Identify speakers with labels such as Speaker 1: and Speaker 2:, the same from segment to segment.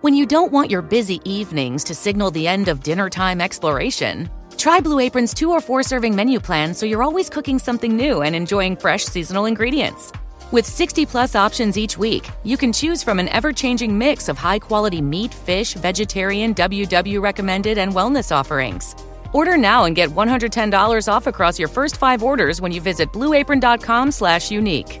Speaker 1: When you don't want your busy evenings to signal the end of dinner time exploration, try Blue Apron's two or four serving menu plans so you're always cooking something new and enjoying fresh seasonal ingredients. With 60 plus options each week, you can choose from an ever changing mix of high quality meat, fish, vegetarian, WW recommended, and wellness offerings. Order now and get $110 off across your first five orders when you visit blueapron.com slash unique.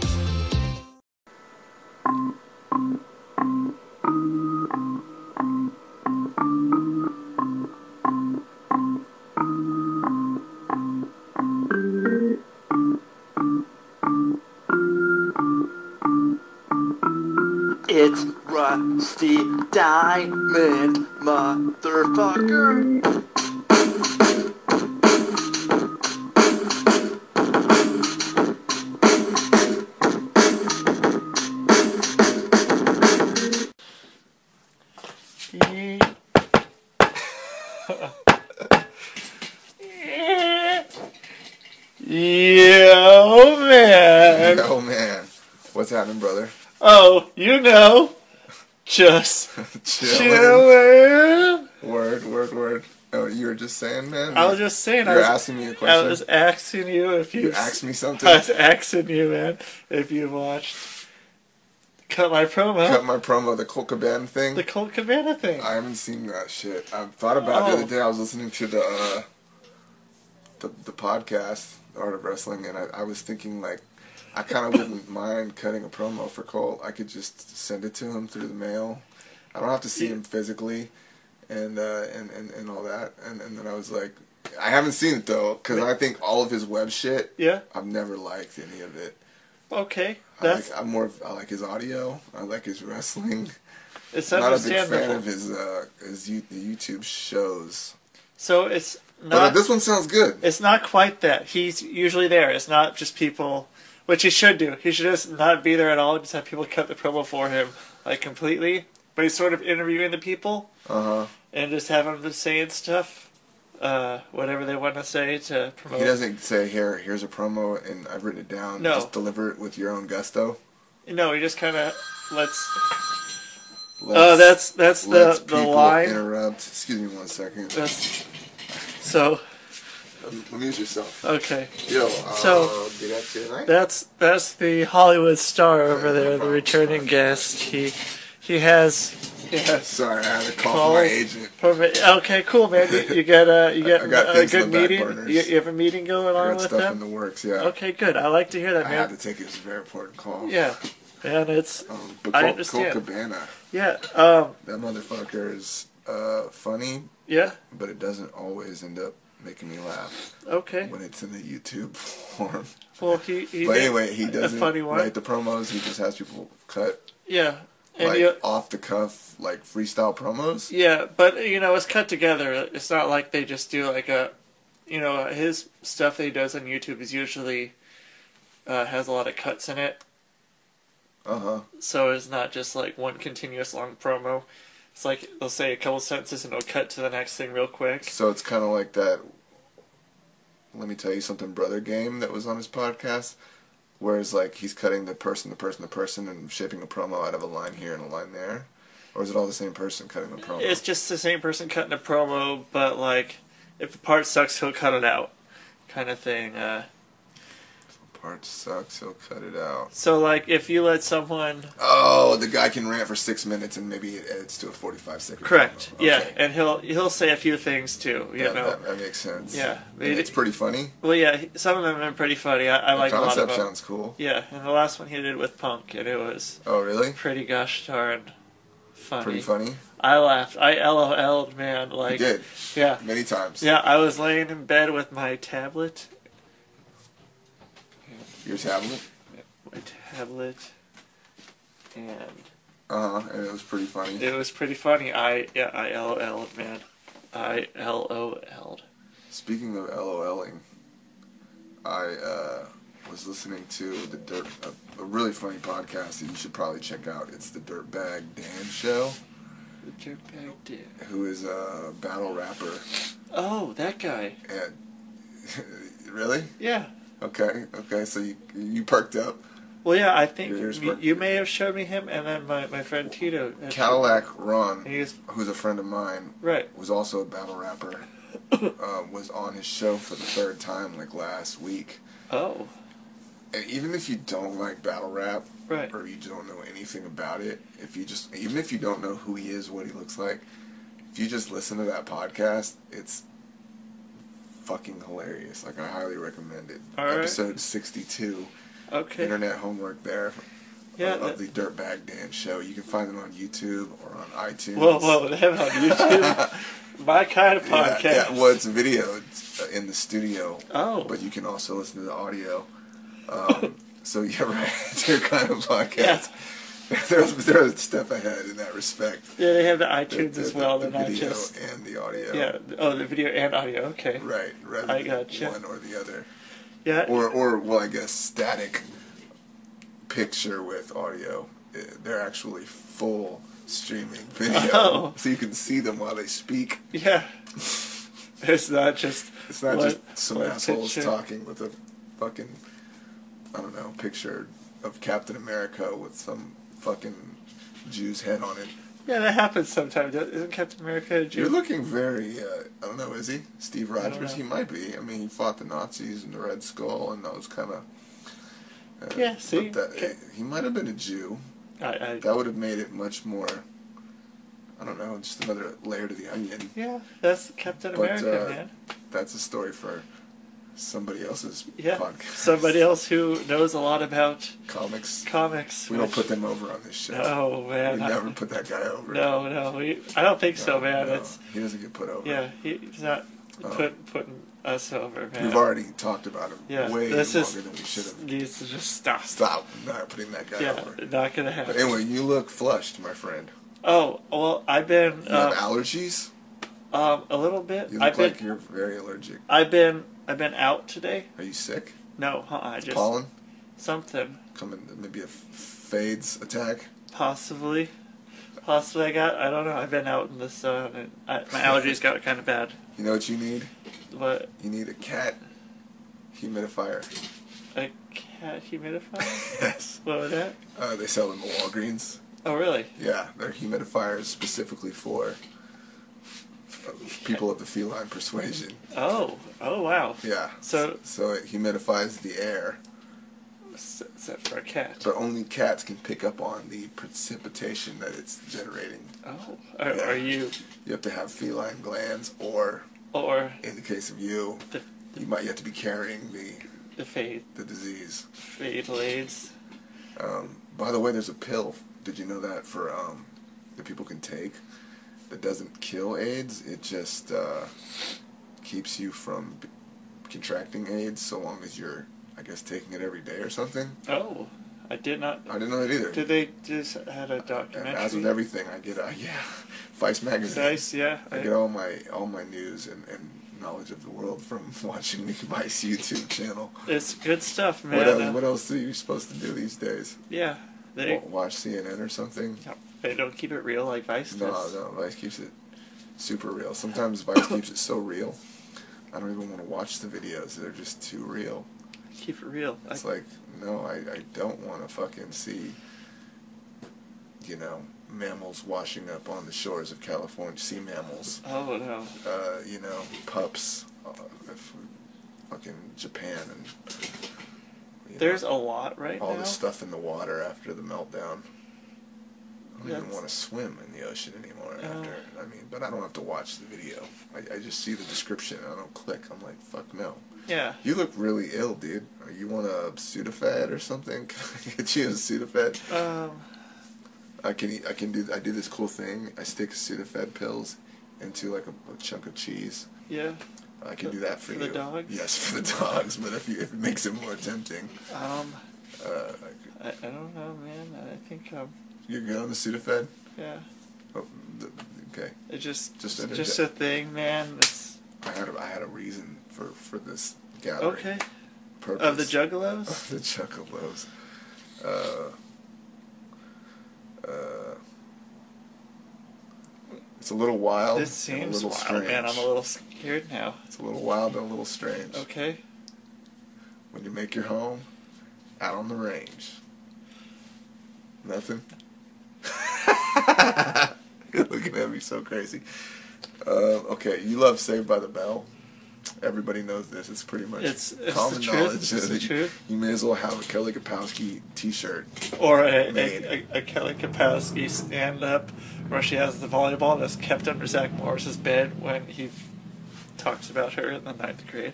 Speaker 2: It's Rusty Diamond, motherfucker.
Speaker 3: Yo, man.
Speaker 4: Oh man, what's happening, brother?
Speaker 3: Oh, you know. Just
Speaker 4: Chilling.
Speaker 3: chilling.
Speaker 4: Word, word, word. Oh, you were just saying, man.
Speaker 3: I was just saying. I
Speaker 4: You're
Speaker 3: was,
Speaker 4: asking me a
Speaker 3: I
Speaker 4: question.
Speaker 3: was asking you if you.
Speaker 4: You asked me something.
Speaker 3: I was asking you, man, if you watched. Cut my promo.
Speaker 4: Cut my promo, the Colt Caban thing.
Speaker 3: the Colt Cabana thing.
Speaker 4: I haven't seen that shit. I thought about it the
Speaker 3: Oh.
Speaker 4: other day. I was listening to the uh, the, the podcast, The Art of Wrestling, and I, I was thinking like, I kind of wouldn't mind cutting a promo for Colt. I could just send it to him through the mail. I don't have to see him physically, and uh, and, and and all that. And and then I was like, I haven't seen it though, because I think all of his web shit.
Speaker 3: yeah.
Speaker 4: I've never liked any of it.
Speaker 3: Okay.
Speaker 4: I
Speaker 3: That's
Speaker 4: like, I'm more. of- I like his audio. I like his wrestling
Speaker 3: it's
Speaker 4: not a big fan
Speaker 3: understandable.
Speaker 4: of his uh his you, the YouTube shows.
Speaker 3: so it's
Speaker 4: But uh,
Speaker 3: not.
Speaker 4: this one sounds good.
Speaker 3: it's not quite that. He's usually there. It's not just people, which he should do. He should just not be there at all. Just have people cut the promo for him, like completely. But he's sort of interviewing the people
Speaker 4: Uh huh.
Speaker 3: and just having them saying stuff, uh, whatever they want to say to promote.
Speaker 4: He doesn't say here here's a promo and I've written it down.
Speaker 3: Oh. No.
Speaker 4: Just deliver it with your own gusto.
Speaker 3: No, he just kind of lets.
Speaker 4: Let's,
Speaker 3: Oh, that's that's
Speaker 4: let's
Speaker 3: the the line. Uh,
Speaker 4: interrupt. Excuse me one second.
Speaker 3: That's- so
Speaker 4: Amuse yourself.
Speaker 3: okay,
Speaker 4: Yo.
Speaker 3: So-
Speaker 4: uh, did I say tonight?
Speaker 3: that's that's the Hollywood star over there, the returning guest. He he has he has
Speaker 4: Sorry, I had a call
Speaker 3: Call.
Speaker 4: from my agent.
Speaker 3: Perfect. Okay, cool, man. You, you got a you got,
Speaker 4: I got
Speaker 3: a
Speaker 4: things
Speaker 3: good
Speaker 4: on the back
Speaker 3: meeting.
Speaker 4: burners.
Speaker 3: You, you have a meeting going
Speaker 4: I
Speaker 3: on
Speaker 4: got
Speaker 3: with
Speaker 4: stuff in
Speaker 3: them.
Speaker 4: the works. Yeah.
Speaker 3: Okay, good. I like to hear that,
Speaker 4: I had
Speaker 3: man.
Speaker 4: to take it. It's a very important call.
Speaker 3: Yeah, and it's
Speaker 4: Um, but
Speaker 3: I
Speaker 4: Colt,
Speaker 3: understand.
Speaker 4: Colt Cabana,
Speaker 3: yeah, um,
Speaker 4: that motherfucker is uh, funny,
Speaker 3: yeah.
Speaker 4: but it doesn't always end up making me laugh
Speaker 3: Okay.
Speaker 4: when it's in the YouTube form.
Speaker 3: Well, he, he
Speaker 4: But
Speaker 3: did
Speaker 4: anyway, he
Speaker 3: a
Speaker 4: doesn't
Speaker 3: funny one.
Speaker 4: write the promos. He just has people cut
Speaker 3: yeah, and
Speaker 4: like
Speaker 3: you,
Speaker 4: off the cuff, like freestyle promos.
Speaker 3: yeah, but you know, it's cut together. It's not like they just do like a, you know, his stuff that he does on YouTube is usually uh, has a lot of cuts in it.
Speaker 4: Uh huh.
Speaker 3: so it's not just like one continuous long promo. It's like they'll say a couple sentences and it'll cut to the next thing real quick.
Speaker 4: So it's kind of like that. Let me tell you something, brother. Game that was on his podcast, whereas like he's cutting the person, the person, the person, and shaping a promo out of a line here and a line there, or is it all the same person cutting the promo?
Speaker 3: It's just the same person cutting a promo, but like if a part sucks, he'll cut it out, kind of thing. Uh,
Speaker 4: Part sucks. He'll cut it out.
Speaker 3: so like if you let someone
Speaker 4: Oh, the guy can rant for six minutes and maybe it edits to a forty-five second.
Speaker 3: correct,
Speaker 4: promo.
Speaker 3: yeah,
Speaker 4: Okay.
Speaker 3: and he'll he'll say a few things too, you
Speaker 4: That,
Speaker 3: know.
Speaker 4: that, that makes sense.
Speaker 3: Yeah,
Speaker 4: And
Speaker 3: it-
Speaker 4: it's pretty funny.
Speaker 3: Well, yeah, he- some of them are pretty funny. I, I like
Speaker 4: the
Speaker 3: a lot of
Speaker 4: concept
Speaker 3: them.
Speaker 4: sounds cool.
Speaker 3: Yeah, and the last one he did with Punk, and it was
Speaker 4: Oh, really?
Speaker 3: pretty gosh darn funny.
Speaker 4: Pretty funny.
Speaker 3: I laughed. I LOL'd, man.
Speaker 4: I
Speaker 3: Like
Speaker 4: did
Speaker 3: Yeah.
Speaker 4: many times.
Speaker 3: Yeah, I was laying in bed with my tablet.
Speaker 4: Your tablet.
Speaker 3: My tablet. and
Speaker 4: Uh huh. And it was pretty funny.
Speaker 3: it was pretty funny. I yeah, I L L man, I L O L.
Speaker 4: Speaking of LOLing, I uh, was listening to the Dirt, a, a really funny podcast that you should probably check out. It's the Dirtbag Dan Show, who is a battle rapper.
Speaker 3: Oh, that guy.
Speaker 4: And really,
Speaker 3: Yeah.
Speaker 4: okay, okay. So you you perked up.
Speaker 3: Well, yeah, I think
Speaker 4: Here's
Speaker 3: you,
Speaker 4: where-
Speaker 3: you may have showed me him, and then my, my friend Tito. had-
Speaker 4: Cadillac Ron,
Speaker 3: He is-
Speaker 4: who's a friend of mine,
Speaker 3: Right.
Speaker 4: was also a battle rapper. uh, was on his show for the third time like last week.
Speaker 3: Oh,
Speaker 4: and even if you don't like battle rap
Speaker 3: Right.
Speaker 4: or you don't know anything about it if you just even if you don't know who he is what he looks like if you just listen to that podcast it's fucking hilarious like i highly recommend it
Speaker 3: All right.
Speaker 4: episode 62
Speaker 3: okay.
Speaker 4: internet homework there
Speaker 3: Yeah,
Speaker 4: of
Speaker 3: that-
Speaker 4: the dirtbag dan show you can find it on youtube or on itunes
Speaker 3: Whoa, whoa, they have it on YouTube. My kind of
Speaker 4: yeah,
Speaker 3: podcast.
Speaker 4: yeah, well, it's video. It's uh, in the studio.
Speaker 3: Oh.
Speaker 4: But you can also listen to the audio. Um, so, yeah, right. It's your kind of podcast. They're, they're a step ahead in that respect.
Speaker 3: Yeah, they have the iTunes
Speaker 4: The-
Speaker 3: as
Speaker 4: the-
Speaker 3: well.
Speaker 4: the
Speaker 3: They're not
Speaker 4: video
Speaker 3: just
Speaker 4: and the audio.
Speaker 3: yeah. Oh, the video and audio. Okay.
Speaker 4: Right, rather
Speaker 3: I
Speaker 4: than
Speaker 3: gotcha.
Speaker 4: one or the other.
Speaker 3: Yeah.
Speaker 4: Or, or well, I guess static picture with audio. Uh, They're actually full streaming video.
Speaker 3: Oh.
Speaker 4: So you can see them while they speak.
Speaker 3: yeah. It's not just.
Speaker 4: It's not
Speaker 3: one-
Speaker 4: just some
Speaker 3: one
Speaker 4: assholes
Speaker 3: picture.
Speaker 4: talking with a fucking, I don't know, picture of Captain America with some fucking Jew's head on it.
Speaker 3: Yeah, that happens sometimes. Isn't Captain America a Jew?
Speaker 4: You're looking very, uh, I don't know, is he? Steve
Speaker 3: don't
Speaker 4: Rogers?
Speaker 3: know.
Speaker 4: He might be. I mean, he fought the Nazis and the Red Skull and those kind of.
Speaker 3: yeah. See.
Speaker 4: That, he might have been a Jew.
Speaker 3: I, I,
Speaker 4: That would have made it much more, I don't know, just another layer to the onion.
Speaker 3: yeah. That's Captain
Speaker 4: But,
Speaker 3: America,
Speaker 4: uh,
Speaker 3: man.
Speaker 4: That's a story for somebody else's
Speaker 3: Yeah.
Speaker 4: podcast.
Speaker 3: Somebody else who knows a lot about
Speaker 4: Comics.
Speaker 3: comics.
Speaker 4: We don't
Speaker 3: which-
Speaker 4: put them over on this show.
Speaker 3: No, man.
Speaker 4: We never put that guy over.
Speaker 3: No, no. We, I don't think so, man.
Speaker 4: No,
Speaker 3: It's
Speaker 4: he doesn't get put over.
Speaker 3: yeah. he- He's not put, putting us over, man.
Speaker 4: We've already talked about him
Speaker 3: Yeah,
Speaker 4: way
Speaker 3: this
Speaker 4: longer
Speaker 3: is
Speaker 4: than we should have.
Speaker 3: needs to just stop.
Speaker 4: Stop not putting that guy
Speaker 3: Yeah,
Speaker 4: over.
Speaker 3: not gonna happen.
Speaker 4: But anyway, you look flushed, my friend.
Speaker 3: oh well, I've been
Speaker 4: You have
Speaker 3: uh,
Speaker 4: allergies?
Speaker 3: um, a little bit.
Speaker 4: You
Speaker 3: I've
Speaker 4: look
Speaker 3: been,
Speaker 4: like you're very allergic.
Speaker 3: I've been, I've been out today.
Speaker 4: Are you sick?
Speaker 3: No, uh-uh, I just
Speaker 4: Pollen?
Speaker 3: something
Speaker 4: Coming, maybe a f- fades attack?
Speaker 3: possibly, possibly I got. I don't know. I've been out in the sun, and I, my allergies got kind of bad.
Speaker 4: You know what you need?
Speaker 3: But
Speaker 4: You need a cat humidifier.
Speaker 3: a cat humidifier.
Speaker 4: Yes.
Speaker 3: what was that?
Speaker 4: Uh, they sell them at Walgreens.
Speaker 3: Oh really?
Speaker 4: Yeah, they're humidifiers specifically for uh, people of the feline persuasion.
Speaker 3: Oh, oh wow.
Speaker 4: Yeah.
Speaker 3: So-
Speaker 4: so it humidifies the air,
Speaker 3: S- Except for a cat.
Speaker 4: but only cats can pick up on the precipitation that it's generating.
Speaker 3: Oh, are,
Speaker 4: Yeah.
Speaker 3: are you?
Speaker 4: You have to have feline glands, or
Speaker 3: Or
Speaker 4: in the case of you,
Speaker 3: the
Speaker 4: you might you have to be carrying the
Speaker 3: the fade
Speaker 4: the disease.
Speaker 3: fade leads.
Speaker 4: By the way, there's a pill. Did you know that for um, that people can take that doesn't kill AIDS? It just uh, keeps you from b- contracting AIDS so long as you're, I guess, taking it every day or something.
Speaker 3: Oh, I did not.
Speaker 4: I didn't know that either.
Speaker 3: Did they just had a
Speaker 4: and
Speaker 3: documentary?
Speaker 4: Uh, as with everything, I get uh, yeah, Vice magazine.
Speaker 3: Vice, yeah.
Speaker 4: I
Speaker 3: I-
Speaker 4: get all my all my news and, and knowledge of the world from watching the Vice YouTube channel.
Speaker 3: It's good stuff, man.
Speaker 4: What
Speaker 3: Uh,
Speaker 4: else? What else are you supposed to do these days?
Speaker 3: Yeah, they
Speaker 4: Wa- Watch CNN or something?
Speaker 3: they don't keep it real like Vice
Speaker 4: No,
Speaker 3: does.
Speaker 4: no, Vice keeps it super real. Sometimes Vice keeps it so real, I don't even want to watch the videos. They're just too real.
Speaker 3: Keep it real. I-
Speaker 4: It's like, no, I, I don't want to fucking see, you know, mammals washing up on the shores of California, sea mammals,
Speaker 3: oh no.
Speaker 4: uh, you know, pups, uh, if- fucking Japan, and you know,
Speaker 3: There's a lot right
Speaker 4: all
Speaker 3: now.
Speaker 4: this stuff in the water after the meltdown. I don't even
Speaker 3: That's-
Speaker 4: want to swim in the ocean anymore
Speaker 3: Oh.
Speaker 4: after. I mean, but I don't have to watch the video. I, I just see the description and I don't click. I'm like, fuck no.
Speaker 3: Yeah.
Speaker 4: You look really ill, dude. Uh, You want a Sudafed or something? Can I get you a Sudafed?
Speaker 3: Um.
Speaker 4: I can eat, I can do I do this cool thing. I stick Sudafed pills into like a, a chunk of cheese.
Speaker 3: Yeah.
Speaker 4: I can do that for,
Speaker 3: For
Speaker 4: you.
Speaker 3: the dogs?
Speaker 4: Yes, for the dogs. But if you if it makes it more tempting,
Speaker 3: Um.
Speaker 4: uh, I could-
Speaker 3: I, I don't know, man. I think um,
Speaker 4: You're good on the Sudafed.
Speaker 3: yeah,
Speaker 4: Oh, the, okay.
Speaker 3: it's just
Speaker 4: Just
Speaker 3: just,
Speaker 4: interject.
Speaker 3: a thing, man. It's
Speaker 4: I had a, I had a reason for for this gathering.
Speaker 3: okay.
Speaker 4: Purpose.
Speaker 3: Of the juggalos,
Speaker 4: the Chuckalos. Uh, uh, it's a little wild.
Speaker 3: this
Speaker 4: and
Speaker 3: seems wild, man. I'm a little scared now.
Speaker 4: It's a little wild and a little strange.
Speaker 3: Okay,
Speaker 4: When you make your home, out on the range. Nothing. You're looking at me so crazy. Uh, okay, you love Saved by the Bell. Everybody knows this. It's pretty much
Speaker 3: It's- it's the
Speaker 4: common
Speaker 3: truth.
Speaker 4: knowledge.
Speaker 3: It's the
Speaker 4: that you-
Speaker 3: truth.
Speaker 4: You may as well have a Kelly Kapowski T-shirt.
Speaker 3: or a,
Speaker 4: Made.
Speaker 3: a, a, a Kelly Kapowski stand-up where she has the volleyball that's kept under Zach Morris's bed when he talks about her in the ninth grade.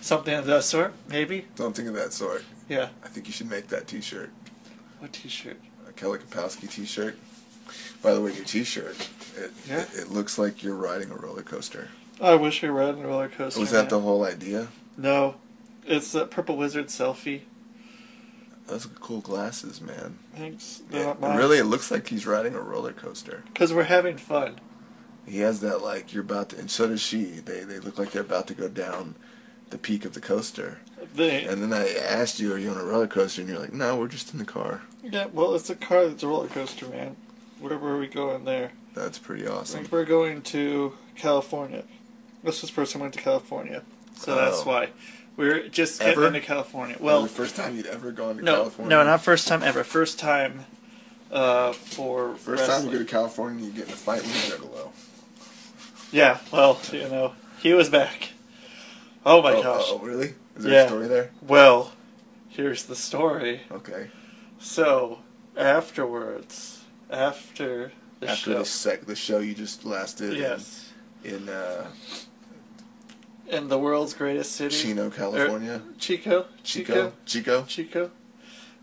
Speaker 3: Something of that sort, maybe.
Speaker 4: Something of that sort.
Speaker 3: Yeah.
Speaker 4: I think you should make that T-shirt.
Speaker 3: What T-shirt?
Speaker 4: A Kelly Kapowski T-shirt. By the way, your T-shirt. It,
Speaker 3: Yeah.
Speaker 4: it, it looks like you're riding a roller coaster.
Speaker 3: I wish we rode on a roller coaster.
Speaker 4: Was that
Speaker 3: man.
Speaker 4: the whole idea?
Speaker 3: No, it's that purple wizard selfie.
Speaker 4: Those are cool glasses, man.
Speaker 3: Thanks. They're
Speaker 4: Yeah,
Speaker 3: not mine.
Speaker 4: really, it looks like he's riding a roller coaster.
Speaker 3: Because we're having fun.
Speaker 4: He has that like you're about to, and so does she. They they look like they're about to go down the peak of the coaster.
Speaker 3: They,
Speaker 4: And then I asked you, "Are you on a roller coaster?" And you're like, "No, we're just in the car."
Speaker 3: yeah, well, it's a car that's a roller coaster, man. Where were we going there?
Speaker 4: That's pretty
Speaker 3: I
Speaker 4: awesome.
Speaker 3: think we're going to California. This was the first time I went to California. So that's
Speaker 4: Oh.
Speaker 3: why. We are just getting
Speaker 4: Ever?
Speaker 3: into California. Well,
Speaker 4: the first time you'd ever gone to
Speaker 3: no,
Speaker 4: California.
Speaker 3: no, not first time ever. First time uh, for
Speaker 4: First time you
Speaker 3: wrestling.
Speaker 4: go to California, you get in a fight with a Juggalo.
Speaker 3: Yeah, well, you know, he was back. Oh my
Speaker 4: Oh,
Speaker 3: gosh.
Speaker 4: oh, really? Is there
Speaker 3: Yeah.
Speaker 4: a story there?
Speaker 3: Well, here's the story.
Speaker 4: Okay.
Speaker 3: So afterwards, after the
Speaker 4: After
Speaker 3: show,
Speaker 4: the sec, the show you just lasted. in-
Speaker 3: yes,
Speaker 4: In, uh,
Speaker 3: in the world's greatest city, Er,
Speaker 4: Chino, California.
Speaker 3: Chico,
Speaker 4: Chico.
Speaker 3: Chico,
Speaker 4: Chico.
Speaker 3: Chico,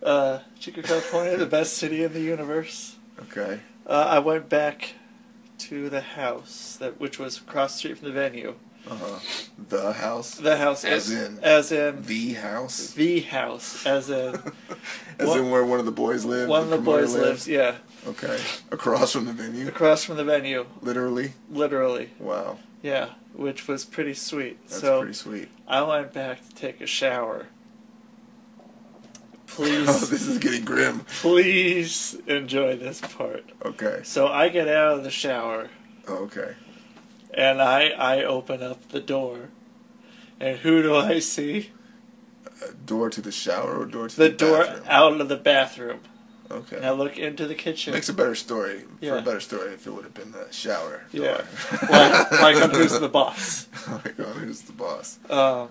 Speaker 3: uh, Chico, California, the best city in the universe.
Speaker 4: Okay.
Speaker 3: Uh, I went back to the house that which was across the street from the venue.
Speaker 4: Uh huh. The house.
Speaker 3: The house
Speaker 4: As
Speaker 3: is-
Speaker 4: in-
Speaker 3: as in the,
Speaker 4: the house.
Speaker 3: house, as in
Speaker 4: As
Speaker 3: One-
Speaker 4: in where one of the boys lives.
Speaker 3: one of the
Speaker 4: promoter
Speaker 3: boys lives. Yeah,
Speaker 4: Okay. Across from the venue,
Speaker 3: across from the venue,
Speaker 4: literally.
Speaker 3: literally.
Speaker 4: Wow.
Speaker 3: Yeah, which was pretty sweet.
Speaker 4: That's
Speaker 3: so
Speaker 4: pretty sweet.
Speaker 3: I went back to take a shower.
Speaker 4: Oh,
Speaker 3: Please,
Speaker 4: this is getting grim.
Speaker 3: please enjoy this part.
Speaker 4: Okay.
Speaker 3: So I get out of the shower
Speaker 4: Oh, okay.
Speaker 3: and I I open up the door, and who do I see?
Speaker 4: Door to the shower or door to
Speaker 3: The
Speaker 4: the,
Speaker 3: door
Speaker 4: bathroom?
Speaker 3: out of the bathroom,
Speaker 4: Okay.
Speaker 3: and I look into the kitchen.
Speaker 4: Makes a better story. For
Speaker 3: Yeah.
Speaker 4: a better story, if it would have been the shower.
Speaker 3: yeah,
Speaker 4: door.
Speaker 3: like like I'm who's the boss.
Speaker 4: oh my god, who's the boss?
Speaker 3: Um,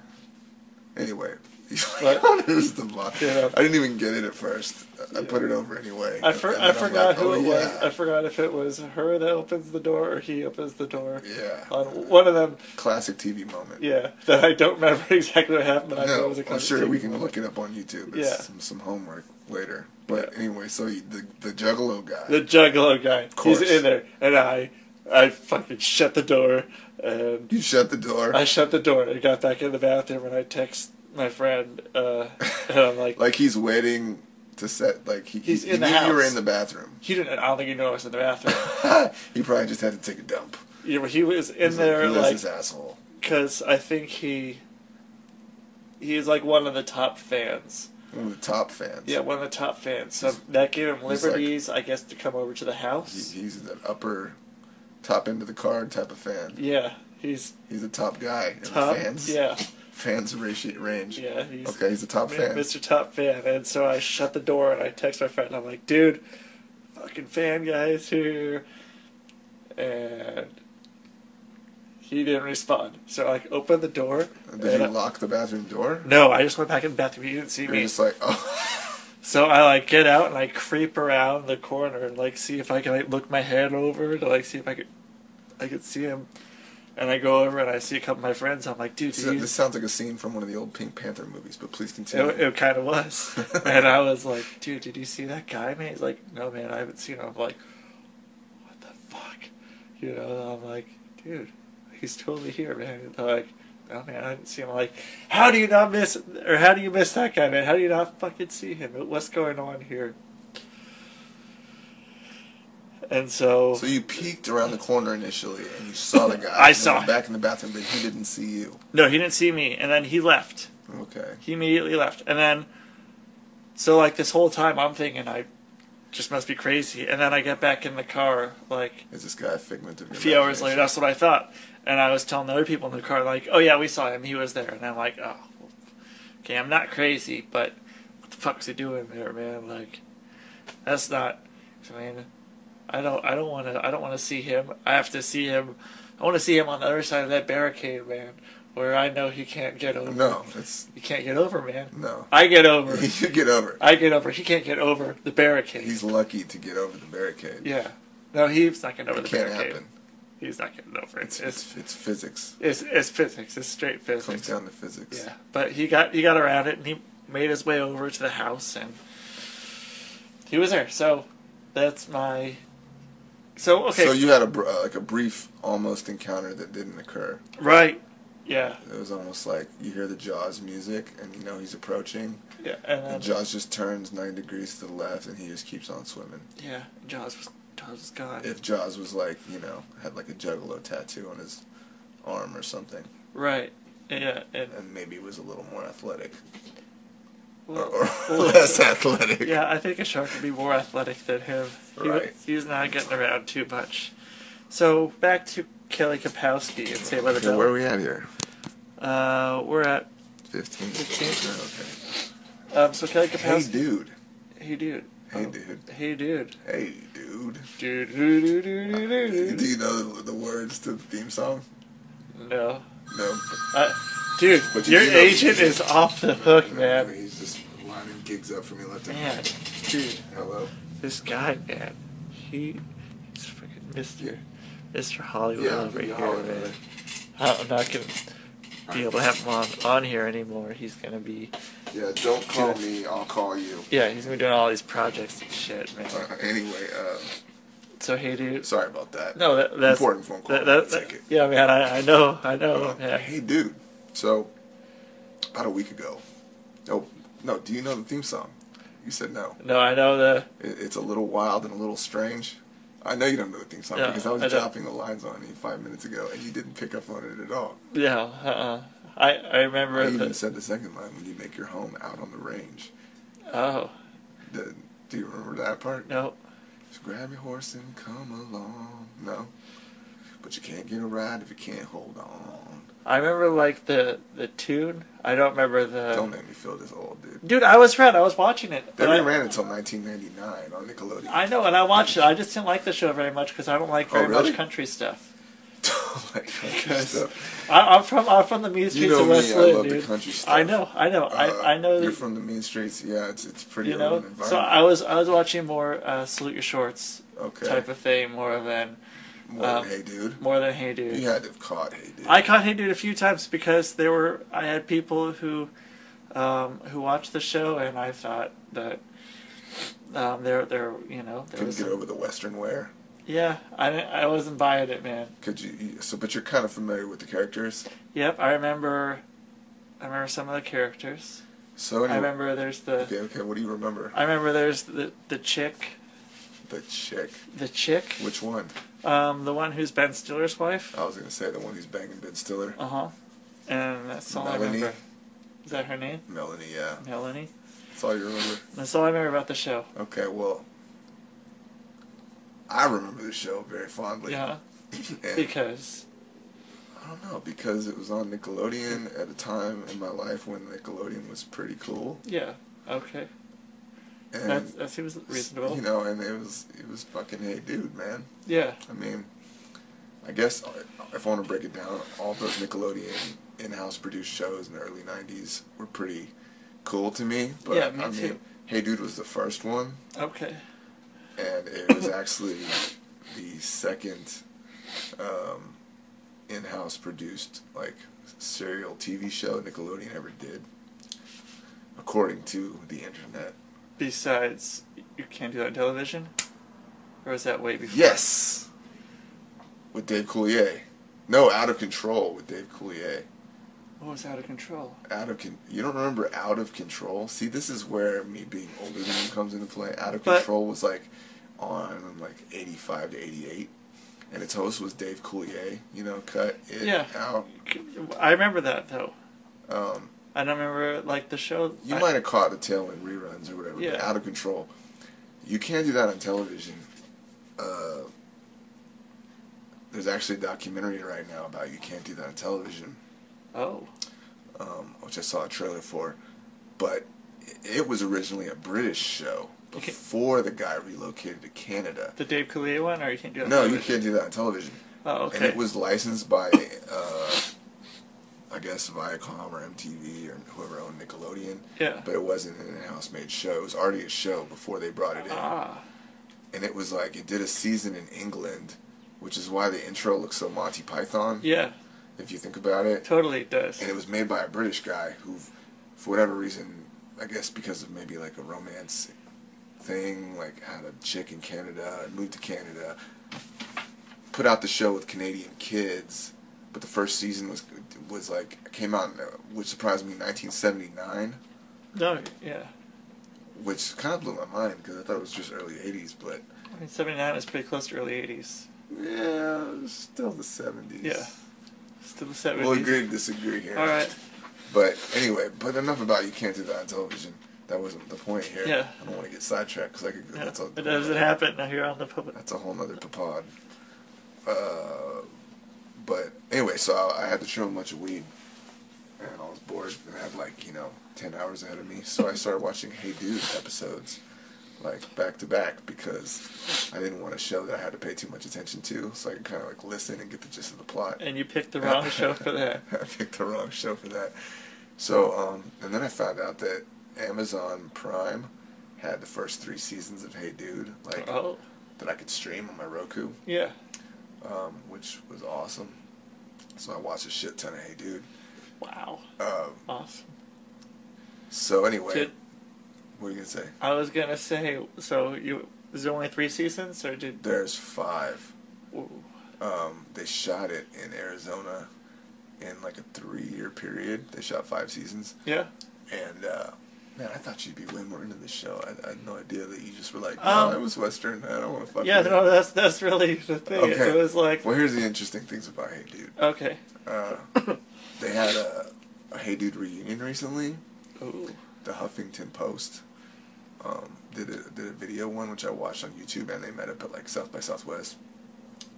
Speaker 4: Anyway.
Speaker 3: But-
Speaker 4: who's the boss?
Speaker 3: Yeah.
Speaker 4: I didn't even get it at first. I I put it over anyway.
Speaker 3: I, for,
Speaker 4: And
Speaker 3: I
Speaker 4: then I'm
Speaker 3: forgot
Speaker 4: like,
Speaker 3: who
Speaker 4: oh,
Speaker 3: it was.
Speaker 4: yeah.
Speaker 3: I forgot if it was her that opens the door or he opens the door.
Speaker 4: Yeah.
Speaker 3: On one of them,
Speaker 4: Classic TV moment.
Speaker 3: Yeah, that I don't remember exactly what happened. But I know it
Speaker 4: No,
Speaker 3: was a
Speaker 4: I'm sure
Speaker 3: conversation.
Speaker 4: we can look it up on YouTube. It's
Speaker 3: Yeah.
Speaker 4: some, some homework later. But anyway, so you, the the Juggalo guy.
Speaker 3: The Juggalo guy,
Speaker 4: course.
Speaker 3: he's in there, and I, I fucking shut the door, and
Speaker 4: you shut the door.
Speaker 3: I shut the door, and I got back in the bathroom, and I text my friend, uh, and I'm like,
Speaker 4: like he's waiting to set. Like he,
Speaker 3: He's
Speaker 4: he,
Speaker 3: in the
Speaker 4: he knew you were
Speaker 3: house.
Speaker 4: in the bathroom.
Speaker 3: he didn't. I don't think he knew I was in the bathroom.
Speaker 4: He probably just had to take a dump.
Speaker 3: you know, he was in
Speaker 4: He's
Speaker 3: there
Speaker 4: like, "Who is
Speaker 3: like
Speaker 4: this asshole.
Speaker 3: because I think he, he is like one of the top fans.
Speaker 4: One of the top fans.
Speaker 3: Yeah, one of the top fans. So that gave him
Speaker 4: he's like-
Speaker 3: liberties, I guess, to come over to the house.
Speaker 4: He, he's an upper, top end of the card type of fan.
Speaker 3: yeah, he's
Speaker 4: He's a top guy. in the
Speaker 3: top.
Speaker 4: fans.
Speaker 3: Yeah.
Speaker 4: Fans ratio range.
Speaker 3: Yeah, he's
Speaker 4: Okay, he's a top fan.
Speaker 3: Mr. Top Fan. And so I shut the door and I text my friend. I'm like, dude, fucking fan guy's here. And he didn't respond. So I like, opened the door.
Speaker 4: Did
Speaker 3: and
Speaker 4: you
Speaker 3: I-
Speaker 4: lock the bathroom door?
Speaker 3: no, I just went back in the bathroom. He didn't see
Speaker 4: You're
Speaker 3: me.
Speaker 4: just like, oh,
Speaker 3: So I like get out and I creep around the corner and like see if I can like look my head over to like see if I could I could see him. And I go over and I see a couple of my friends. I'm like, dude,
Speaker 4: this,
Speaker 3: did you
Speaker 4: this sounds like a scene from one of the old Pink Panther movies. But please continue.
Speaker 3: It, it kind of was. and I was like, dude, did you see that guy, man? He's like, no, man, I haven't seen him. I'm like, what the fuck? You know, and I'm like, dude, he's totally here, man. And they're like, oh man, I didn't see him. I'm like, how do you not miss, or how do you miss that guy, man? How do you not fucking see him? What's going on here? And so,
Speaker 4: So you peeked around the corner initially, and you saw the guy.
Speaker 3: I
Speaker 4: and
Speaker 3: saw
Speaker 4: went
Speaker 3: him.
Speaker 4: back in the bathroom, but he didn't see you.
Speaker 3: no, he didn't see me, and then he left.
Speaker 4: Okay.
Speaker 3: He immediately left, and then, so like this whole time, I'm thinking I just must be crazy. And then I get back in the car, like
Speaker 4: Is this guy a figment of your
Speaker 3: a few hours later.
Speaker 4: imagination?
Speaker 3: That's what I thought. And I was telling the other people in the car, like, oh yeah, we saw him. He was there. And I'm like, oh, well, okay, I'm not crazy, but what the fuck's he doing there, man? Like, that's not. I mean, I don't. I don't want to. I don't want to see him. I have to see him. I want to see him on the other side of that barricade, man, where I know he can't get over.
Speaker 4: No, it's
Speaker 3: you can't get over, man.
Speaker 4: no.
Speaker 3: I get over.
Speaker 4: you get over. it.
Speaker 3: I get over. He can't get over the barricade.
Speaker 4: He's lucky to get over the barricade.
Speaker 3: yeah. No, he's not getting over
Speaker 4: it
Speaker 3: the
Speaker 4: can't
Speaker 3: barricade.
Speaker 4: happen.
Speaker 3: He's not getting over it.
Speaker 4: It's, it's it's physics.
Speaker 3: It's it's physics. It's straight
Speaker 4: comes
Speaker 3: physics.
Speaker 4: down to physics.
Speaker 3: Yeah, but he got he got around it and he made his way over to the house and he was there. So that's my. So okay,
Speaker 4: So you had a br- uh, like a brief almost encounter that didn't occur.
Speaker 3: right? Yeah,
Speaker 4: It was almost like you hear the Jaws music and you know he's approaching.
Speaker 3: yeah, and then
Speaker 4: And Jaws just turns 90 degrees to the left and he just keeps on swimming.
Speaker 3: yeah, Jaws was Jaws was gone.
Speaker 4: If Jaws was like, you know, had like a juggalo tattoo on his arm or something,
Speaker 3: right. Yeah, and
Speaker 4: and maybe was a little more athletic or,
Speaker 3: well,
Speaker 4: or
Speaker 3: well,
Speaker 4: less athletic.
Speaker 3: yeah, I think a shark would be more athletic than him. He,
Speaker 4: Right.
Speaker 3: He's not getting around too much. So back to Kelly Kapowski and say by the
Speaker 4: Okay, where are
Speaker 3: Bell.
Speaker 4: we at here?
Speaker 3: Uh, we're at
Speaker 4: 15.
Speaker 3: 15.
Speaker 4: Oh, Okay.
Speaker 3: um, so Kelly
Speaker 4: Hey,
Speaker 3: Kapowski.
Speaker 4: dude.
Speaker 3: Hey dude.
Speaker 4: Hey, dude.
Speaker 3: Hey dude.
Speaker 4: Hey, dude.
Speaker 3: Dude, do, do, do, do, do,
Speaker 4: Do
Speaker 3: do.
Speaker 4: you know the, the words to the theme song?
Speaker 3: No.
Speaker 4: No.
Speaker 3: Uh, dude,
Speaker 4: But you
Speaker 3: your
Speaker 4: do know-
Speaker 3: agent is off the hook,
Speaker 4: I mean,
Speaker 3: man.
Speaker 4: he's just lining gigs up for me left and
Speaker 3: Man,
Speaker 4: right.
Speaker 3: dude,
Speaker 4: Hello.
Speaker 3: this guy, man, he, he's freaking Mr. Mr. Hollywood
Speaker 4: Yeah,
Speaker 3: over here,
Speaker 4: Hollywood.
Speaker 3: man. I'm not gonna be able to have him on, on here anymore. He's gonna be,
Speaker 4: Yeah, don't call me. I'll call you.
Speaker 3: yeah, he's gonna be doing all these projects and shit, man.
Speaker 4: Uh, anyway, uh,
Speaker 3: So hey, dude.
Speaker 4: sorry about that.
Speaker 3: No, that, that's
Speaker 4: Important phone call.
Speaker 3: That, that,
Speaker 4: I'll take it.
Speaker 3: yeah, man, I, I know, I know,
Speaker 4: Uh,
Speaker 3: man.
Speaker 4: Hey, dude. So, about a week ago. Oh, no. Do you know the theme song? You said no.
Speaker 3: No, I know the.
Speaker 4: It, it's a little wild and a little strange. I know you don't know the theme song
Speaker 3: No,
Speaker 4: because I was
Speaker 3: I don't.
Speaker 4: dropping the lines on you five minutes ago and you didn't pick up on it at all.
Speaker 3: Yeah, uh-uh. I I remember
Speaker 4: I even
Speaker 3: the.
Speaker 4: said the second line when you make your home out on the range.
Speaker 3: Oh
Speaker 4: The, do you remember that part?
Speaker 3: no,
Speaker 4: Just grab your horse and come along. No. But you can't get a ride if you can't hold on.
Speaker 3: I remember like the the tune. I don't remember the.
Speaker 4: Don't make me feel this old, dude.
Speaker 3: Dude, I was red. I was watching it.
Speaker 4: They
Speaker 3: And I,
Speaker 4: ran until 1999 on Nickelodeon.
Speaker 3: I know, and I watched it. I just didn't like the show very much because I don't like very
Speaker 4: Oh, really?
Speaker 3: much country stuff.
Speaker 4: like country stuff.
Speaker 3: I, I'm from I'm from the mean streets
Speaker 4: know
Speaker 3: of
Speaker 4: me,
Speaker 3: West
Speaker 4: I
Speaker 3: Lynn,
Speaker 4: love the
Speaker 3: dude.
Speaker 4: country stuff.
Speaker 3: I know, I know,
Speaker 4: Uh,
Speaker 3: I I know.
Speaker 4: You're
Speaker 3: that-
Speaker 4: from the mean streets. Yeah, it's it's pretty
Speaker 3: you know,
Speaker 4: urban
Speaker 3: so
Speaker 4: environment.
Speaker 3: I was I was watching more uh, salute your shorts
Speaker 4: Okay.
Speaker 3: type of thing more than
Speaker 4: More
Speaker 3: um,
Speaker 4: than hey, dude.
Speaker 3: more than hey dude.
Speaker 4: You had to have caught hey, dude.
Speaker 3: I caught hated a few times because there were I had people who um, who watched the show and I thought that um, there there you know there
Speaker 4: Couldn't
Speaker 3: was
Speaker 4: get over the Western wear.
Speaker 3: yeah I didn't, I wasn't buying it man.
Speaker 4: Could you? you- So, but you're kind of familiar with the characters.
Speaker 3: Yep, I remember I remember some of the characters.
Speaker 4: So anyway,
Speaker 3: I remember there's the
Speaker 4: Okay, okay. What do you remember?
Speaker 3: I remember there's the the chick
Speaker 4: The chick.
Speaker 3: the chick
Speaker 4: Which one?
Speaker 3: um the one who's Ben Stiller's wife.
Speaker 4: I was gonna say the one who's banging Ben Stiller.
Speaker 3: Uh huh. And that's all I
Speaker 4: Oh. Melanie.
Speaker 3: remember. Is that her name?
Speaker 4: Melanie. Yeah.
Speaker 3: Melanie.
Speaker 4: That's all you remember.
Speaker 3: That's all I remember about the show.
Speaker 4: Okay. Well, I remember the show very fondly.
Speaker 3: Yeah,
Speaker 4: And
Speaker 3: because
Speaker 4: I don't know because it was on Nickelodeon at a time in my life when Nickelodeon was pretty cool.
Speaker 3: yeah. Okay.
Speaker 4: And
Speaker 3: That's, that seems reasonable.
Speaker 4: You know, and it was it was fucking hey, dude, man.
Speaker 3: yeah,
Speaker 4: I mean, I guess if I want to break it down, all those Nickelodeon in-house produced shows in the early '90s were pretty cool to me. But
Speaker 3: Yeah, me
Speaker 4: I
Speaker 3: too.
Speaker 4: Hey Dude was the first one,
Speaker 3: okay.
Speaker 4: and it was actually the second um, in-house produced like serial TV show Nickelodeon ever did, according to the internet.
Speaker 3: Besides, you can't do that on television? Or was that way before?
Speaker 4: Yes, with Dave Coulier. No, Out of Control with Dave Coulier.
Speaker 3: What was out of control?
Speaker 4: Out of con- you don't remember out of control? See, this is where me being older than him comes into play. Out of
Speaker 3: But-
Speaker 4: control was like on like eighty five to eighty eight, and its host was Dave Coulier. You know, cut it
Speaker 3: Yeah.
Speaker 4: out.
Speaker 3: I remember that though. Um, I don't remember like the show.
Speaker 4: You
Speaker 3: I-
Speaker 4: might have caught the tail in reruns or whatever. But
Speaker 3: Yeah.
Speaker 4: out of control. You can't do that on television. Uh, there's actually a documentary right now about you can't do that on television.
Speaker 3: Oh,
Speaker 4: which I saw a trailer for, but it was originally a British show
Speaker 3: Okay.
Speaker 4: before the guy relocated to Canada.
Speaker 3: the Dave Kaluuya one, or you can't do that.
Speaker 4: No, you can't do that on television.
Speaker 3: Oh, okay.
Speaker 4: And it was licensed by, uh, I guess, Viacom or MTV or whoever owned Nickelodeon.
Speaker 3: Yeah.
Speaker 4: But it wasn't an in-house made show. It was already a show before they brought it in.
Speaker 3: Ah.
Speaker 4: And it was like it did a season in England, which is why the intro looks so Monty Python.
Speaker 3: Yeah,
Speaker 4: If you think about it
Speaker 3: totally it does.
Speaker 4: and it was made by a British guy who, for whatever reason, I guess because of maybe like a romance thing, like had a chick in Canada, and moved to Canada, put out the show with Canadian kids, but the first season was was like came out, in, uh, which surprised me, 1979,
Speaker 3: No, yeah.
Speaker 4: which kind of blew my mind because I thought it was just early 80s, but
Speaker 3: I mean, '79 is pretty close to early '80s.
Speaker 4: yeah, it was still the 70s.
Speaker 3: Yeah. Still the '70s.
Speaker 4: We'll agree to disagree here.
Speaker 3: All right.
Speaker 4: But anyway, but enough about you can't do that on television. That wasn't the point here.
Speaker 3: Yeah.
Speaker 4: I don't want to get sidetracked because I could.
Speaker 3: Yeah,
Speaker 4: That's a,
Speaker 3: it doesn't happen here on the public.
Speaker 4: That's a whole nother pod. Uh, but anyway, so I, I had to trim a bunch of weed, and I was bored and I had like you know ten hours ahead of me, so I started watching Hey Dude episodes, like back to back because I didn't want a show that I had to pay too much attention to, so I could kind of like listen and get the gist of the plot.
Speaker 3: And you picked the wrong show for that.
Speaker 4: I picked the wrong show for that. So, um, and then I found out that Amazon Prime had the first three seasons of Hey Dude, like
Speaker 3: Oh,
Speaker 4: that I could stream on my Roku,
Speaker 3: yeah.
Speaker 4: um, which was awesome. So I watched a shit ton of Hey Dude.
Speaker 3: Wow.
Speaker 4: Um,
Speaker 3: Awesome.
Speaker 4: so anyway,
Speaker 3: Did,
Speaker 4: what are you gonna say?
Speaker 3: I was gonna say, so you is there only three seasons, or did
Speaker 4: There's five.
Speaker 3: ooh,
Speaker 4: Um, they shot it in Arizona in like a three-year period. They shot five seasons.
Speaker 3: yeah?
Speaker 4: And uh, man, I thought you'd be way more into this show. I, I had no idea that you just were like,
Speaker 3: Um,
Speaker 4: no, it was Western. I don't want to fuck.
Speaker 3: Yeah,
Speaker 4: with it."
Speaker 3: no, that's that's really the thing.
Speaker 4: Okay.
Speaker 3: It was like,
Speaker 4: Well, here's the interesting things about Hey Dude.
Speaker 3: okay,
Speaker 4: They had a, a Hey Dude reunion recently.
Speaker 3: ooh,
Speaker 4: The Huffington Post um, did a, did a video one which I watched on YouTube, and they met up at like South by Southwest.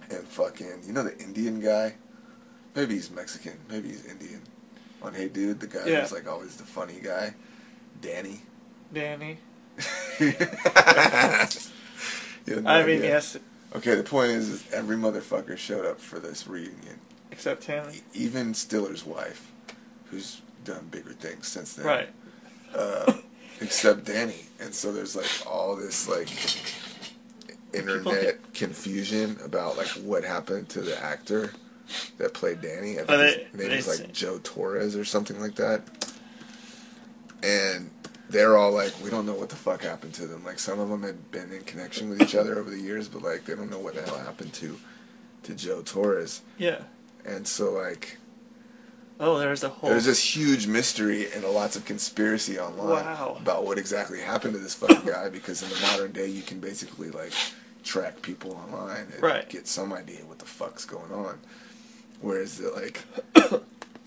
Speaker 4: And fucking, you know the Indian guy? Maybe he's Mexican. Maybe he's Indian. On Hey Dude, the guy
Speaker 3: Yeah.
Speaker 4: who's like always the funny guy, Danny.
Speaker 3: Danny.
Speaker 4: You have no
Speaker 3: I mean,
Speaker 4: idea.
Speaker 3: yes,
Speaker 4: Okay, the point is, is every motherfucker showed up for this reunion.
Speaker 3: except him.
Speaker 4: E- Even Stiller's wife, who's done bigger things since then.
Speaker 3: Right.
Speaker 4: Except Danny. And so there's like all this like internet confusion about like what happened to the actor that played Danny. I think
Speaker 3: But
Speaker 4: his
Speaker 3: they-
Speaker 4: name
Speaker 3: they
Speaker 4: is like
Speaker 3: say-
Speaker 4: Joe Torres or something like that. And they're all like, we don't know what the fuck happened to them. Like some of them had been in connection with each other over the years, but like they don't know what the hell happened to to Joe Torres.
Speaker 3: Yeah.
Speaker 4: And so like
Speaker 3: Oh, there's a whole.
Speaker 4: there's this huge mystery and lots of conspiracy online
Speaker 3: Wow.
Speaker 4: about what exactly happened to this fucking guy because in the modern day you can basically like track people online and
Speaker 3: Right.
Speaker 4: get some idea what the fuck's going on. Whereas the like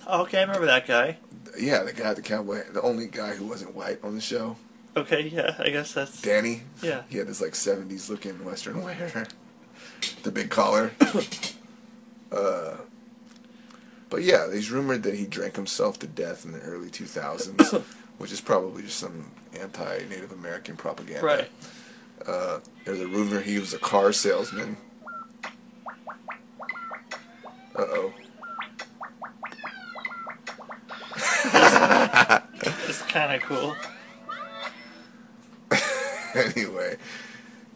Speaker 3: okay, I remember that guy.
Speaker 4: yeah, the guy the cowboy the only guy who wasn't white on the show,
Speaker 3: Okay, yeah, I guess that's.
Speaker 4: Danny.
Speaker 3: Yeah.
Speaker 4: He had this like seventies looking western wear. the big collar. uh but yeah, he's rumored that he drank himself to death in the early 2000s, which is probably just some anti Native American propaganda.
Speaker 3: Right.
Speaker 4: There's a rumor he was a car salesman. Uh oh.
Speaker 3: It's kind of cool.
Speaker 4: anyway,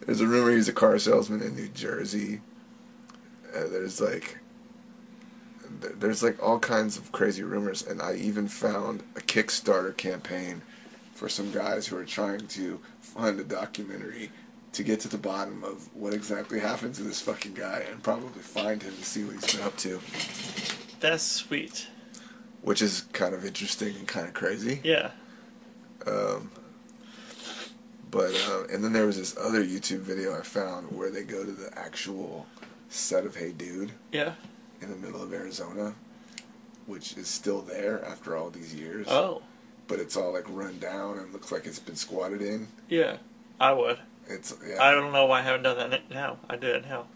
Speaker 4: there's a rumor he's a car salesman in New Jersey. Uh, there's like, th- there's like all kinds of crazy rumors, and I even found a Kickstarter campaign for some guys who are trying to fund a documentary to get to the bottom of what exactly happened to this fucking guy and probably find him and see what he's been up to.
Speaker 3: That's sweet.
Speaker 4: which is kind of interesting and kind of crazy.
Speaker 3: Yeah.
Speaker 4: But uh, and then there was this other YouTube video I found where they go to the actual set of Hey Dude
Speaker 3: Yeah.
Speaker 4: in the middle of Arizona, which is still there after all these years.
Speaker 3: Oh.
Speaker 4: But it's all like run down and looks like it's been squatted in.
Speaker 3: Yeah. I would.
Speaker 4: It's yeah.
Speaker 3: I don't know why I haven't done that n- now. I did it now.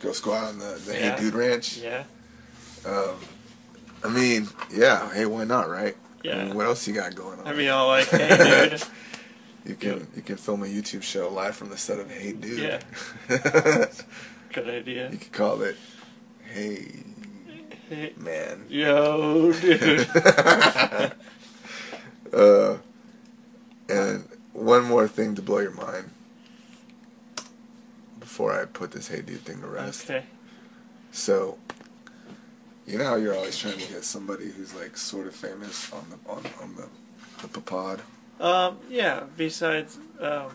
Speaker 4: go squat on the, the
Speaker 3: Yeah.
Speaker 4: Hey Dude Ranch.
Speaker 3: Yeah.
Speaker 4: I mean, yeah. Hey, why not, right? I
Speaker 3: Yeah.
Speaker 4: mean, what else you got going on?
Speaker 3: I'd be all like, hey, dude.
Speaker 4: you can you can film a YouTube show live from the set of Hey Dude.
Speaker 3: Yeah. Good idea.
Speaker 4: You could call it Hey
Speaker 3: Hey.
Speaker 4: Man.
Speaker 3: Yo, dude.
Speaker 4: And one more thing to blow your mind before I put this Hey Dude thing to rest.
Speaker 3: okay.
Speaker 4: So, you know how you're always trying to get somebody who's like sort of famous on the on, on the the pod.
Speaker 3: Um, yeah, besides um,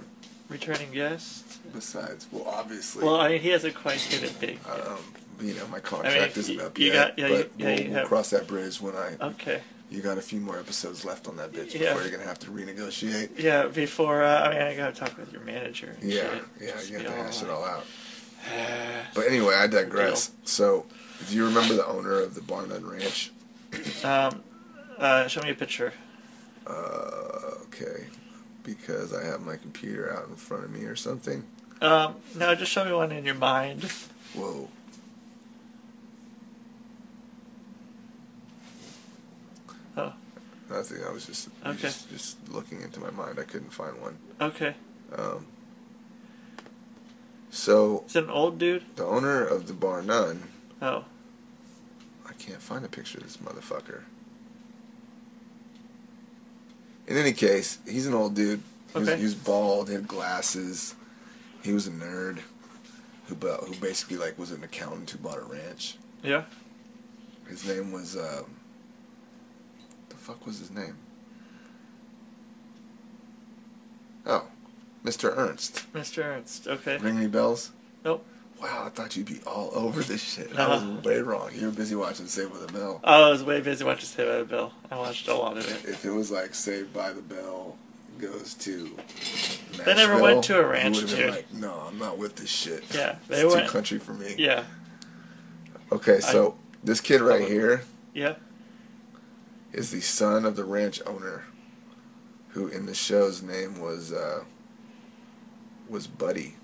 Speaker 3: returning guests.
Speaker 4: Besides, well, obviously,
Speaker 3: Well, I mean, he hasn't quite hit it big.
Speaker 4: Uh,
Speaker 3: yet.
Speaker 4: you know my contract
Speaker 3: I mean,
Speaker 4: isn't
Speaker 3: you-
Speaker 4: up
Speaker 3: you
Speaker 4: yet,
Speaker 3: got- yeah,
Speaker 4: but
Speaker 3: you- yeah,
Speaker 4: we'll,
Speaker 3: you
Speaker 4: we'll
Speaker 3: have-
Speaker 4: cross that bridge when I.
Speaker 3: Okay.
Speaker 4: You got a few more episodes left on that bitch
Speaker 3: Yeah.
Speaker 4: before you're gonna have to renegotiate.
Speaker 3: Yeah, before, uh, I mean, I gotta talk with your manager. And
Speaker 4: Yeah,
Speaker 3: shit.
Speaker 4: yeah,
Speaker 3: Just
Speaker 4: you
Speaker 3: be
Speaker 4: have to
Speaker 3: all
Speaker 4: hash it
Speaker 3: like,
Speaker 4: all out. But anyway, I digress. So, do you remember the owner of the Barnard Ranch?
Speaker 3: Uh, show me a picture.
Speaker 4: Okay, because I have my computer out in front of me or something.
Speaker 3: Um, no, just show me one in your mind.
Speaker 4: Whoa.
Speaker 3: Oh,
Speaker 4: Nothing. I was just,
Speaker 3: Okay.
Speaker 4: just just looking into my mind. I couldn't find one.
Speaker 3: okay.
Speaker 4: So
Speaker 3: Is it an old dude?
Speaker 4: the owner of the Bar None,
Speaker 3: Oh,
Speaker 4: I can't find a picture of this motherfucker. In any case, he's an old dude. He was,
Speaker 3: Okay.
Speaker 4: he was bald. He had glasses. He was a nerd who bu- who basically like was an accountant who bought a ranch.
Speaker 3: yeah.
Speaker 4: His name was uh, the fuck was his name? Oh, Mr. Ernst.
Speaker 3: Mr. Ernst. Okay.
Speaker 4: Ring any bells?
Speaker 3: Nope.
Speaker 4: Wow, I thought you'd be all over this shit. I was way wrong. You were busy watching Saved by the Bell.
Speaker 3: Oh, I was way busy watching Saved by the Bell. I watched a lot of it.
Speaker 4: If it was like Saved by the Bell goes to Nashville,
Speaker 3: They never went to a
Speaker 4: you
Speaker 3: ranch,
Speaker 4: would've been
Speaker 3: dude.
Speaker 4: Like, no, I'm not with this shit.
Speaker 3: Yeah,
Speaker 4: they
Speaker 3: they
Speaker 4: it's
Speaker 3: went-
Speaker 4: too country for me.
Speaker 3: Yeah,
Speaker 4: Okay, so this kid right here
Speaker 3: yeah.
Speaker 4: is the son of the ranch owner, who in the show's name was uh, was Buddy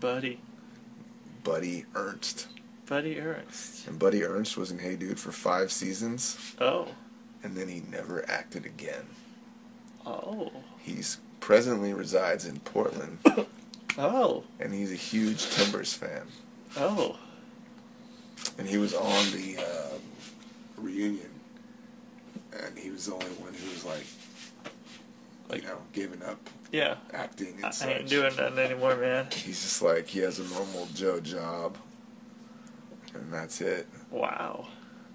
Speaker 3: Buddy.
Speaker 4: Buddy Ernst,
Speaker 3: Buddy Ernst.
Speaker 4: and Buddy Ernst was in Hey Dude for five seasons,
Speaker 3: Oh.
Speaker 4: and then he never acted again.
Speaker 3: Oh.
Speaker 4: He's presently resides in Portland,
Speaker 3: Oh.
Speaker 4: and he's a huge Timbers fan.
Speaker 3: Oh.
Speaker 4: And he was on the um reunion, and he was the only one who was like,
Speaker 3: Like-
Speaker 4: you know, giving up
Speaker 3: Yeah.
Speaker 4: acting and
Speaker 3: I, I
Speaker 4: such.
Speaker 3: ain't doing nothing anymore, man.
Speaker 4: He's just like he has a normal Joe job, and that's it.
Speaker 3: Wow.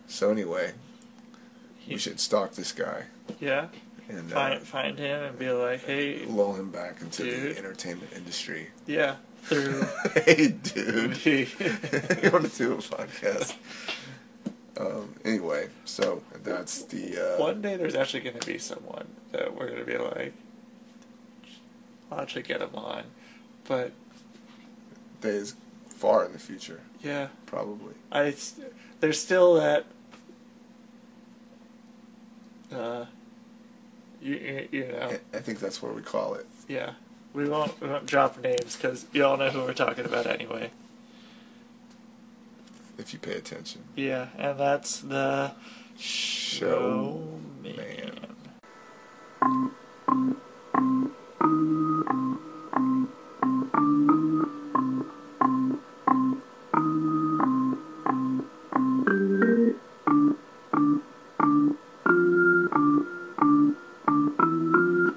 Speaker 4: So anyway,
Speaker 3: He-
Speaker 4: we should stalk this guy
Speaker 3: Yeah.
Speaker 4: and uh,
Speaker 3: Find find him and be like, hey,
Speaker 4: lull him back into
Speaker 3: Dude.
Speaker 4: the entertainment industry.
Speaker 3: yeah, through
Speaker 4: hey, dude.
Speaker 3: me.
Speaker 4: you want to do a podcast? Um, anyway, so that's the. Uh,
Speaker 3: One day there's actually going to be someone that we're going to be like, I'll actually get him on. But
Speaker 4: Day is far in the future,
Speaker 3: yeah,
Speaker 4: probably.
Speaker 3: I s- there's still that. Uh, you, you, you know,
Speaker 4: I, I think that's what we call it.
Speaker 3: yeah. We won't, we won't drop names because you all know who we're talking about anyway.
Speaker 4: If you pay attention.
Speaker 3: Yeah, and that's the
Speaker 4: Show.
Speaker 3: showman.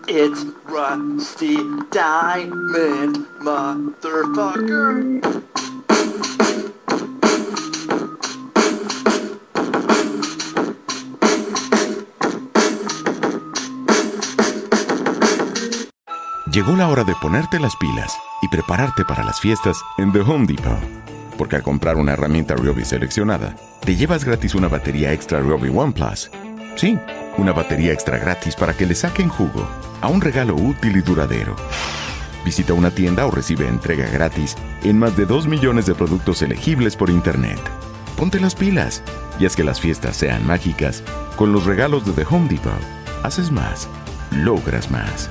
Speaker 2: It's Rusty Diamond, motherfucker.
Speaker 5: Llegó la hora de ponerte las pilas y prepararte para las fiestas en The Home Depot. Porque al comprar una herramienta Ryobi seleccionada, te llevas gratis una batería extra Ryobi One Plus. Sí, una batería extra gratis para que le saquen jugo a un regalo útil y duradero. Visita una tienda o recibe entrega gratis en más de 2 millones de productos elegibles por Internet. Ponte las pilas y haz que las fiestas sean mágicas con los regalos de The Home Depot. Haces más, logras más.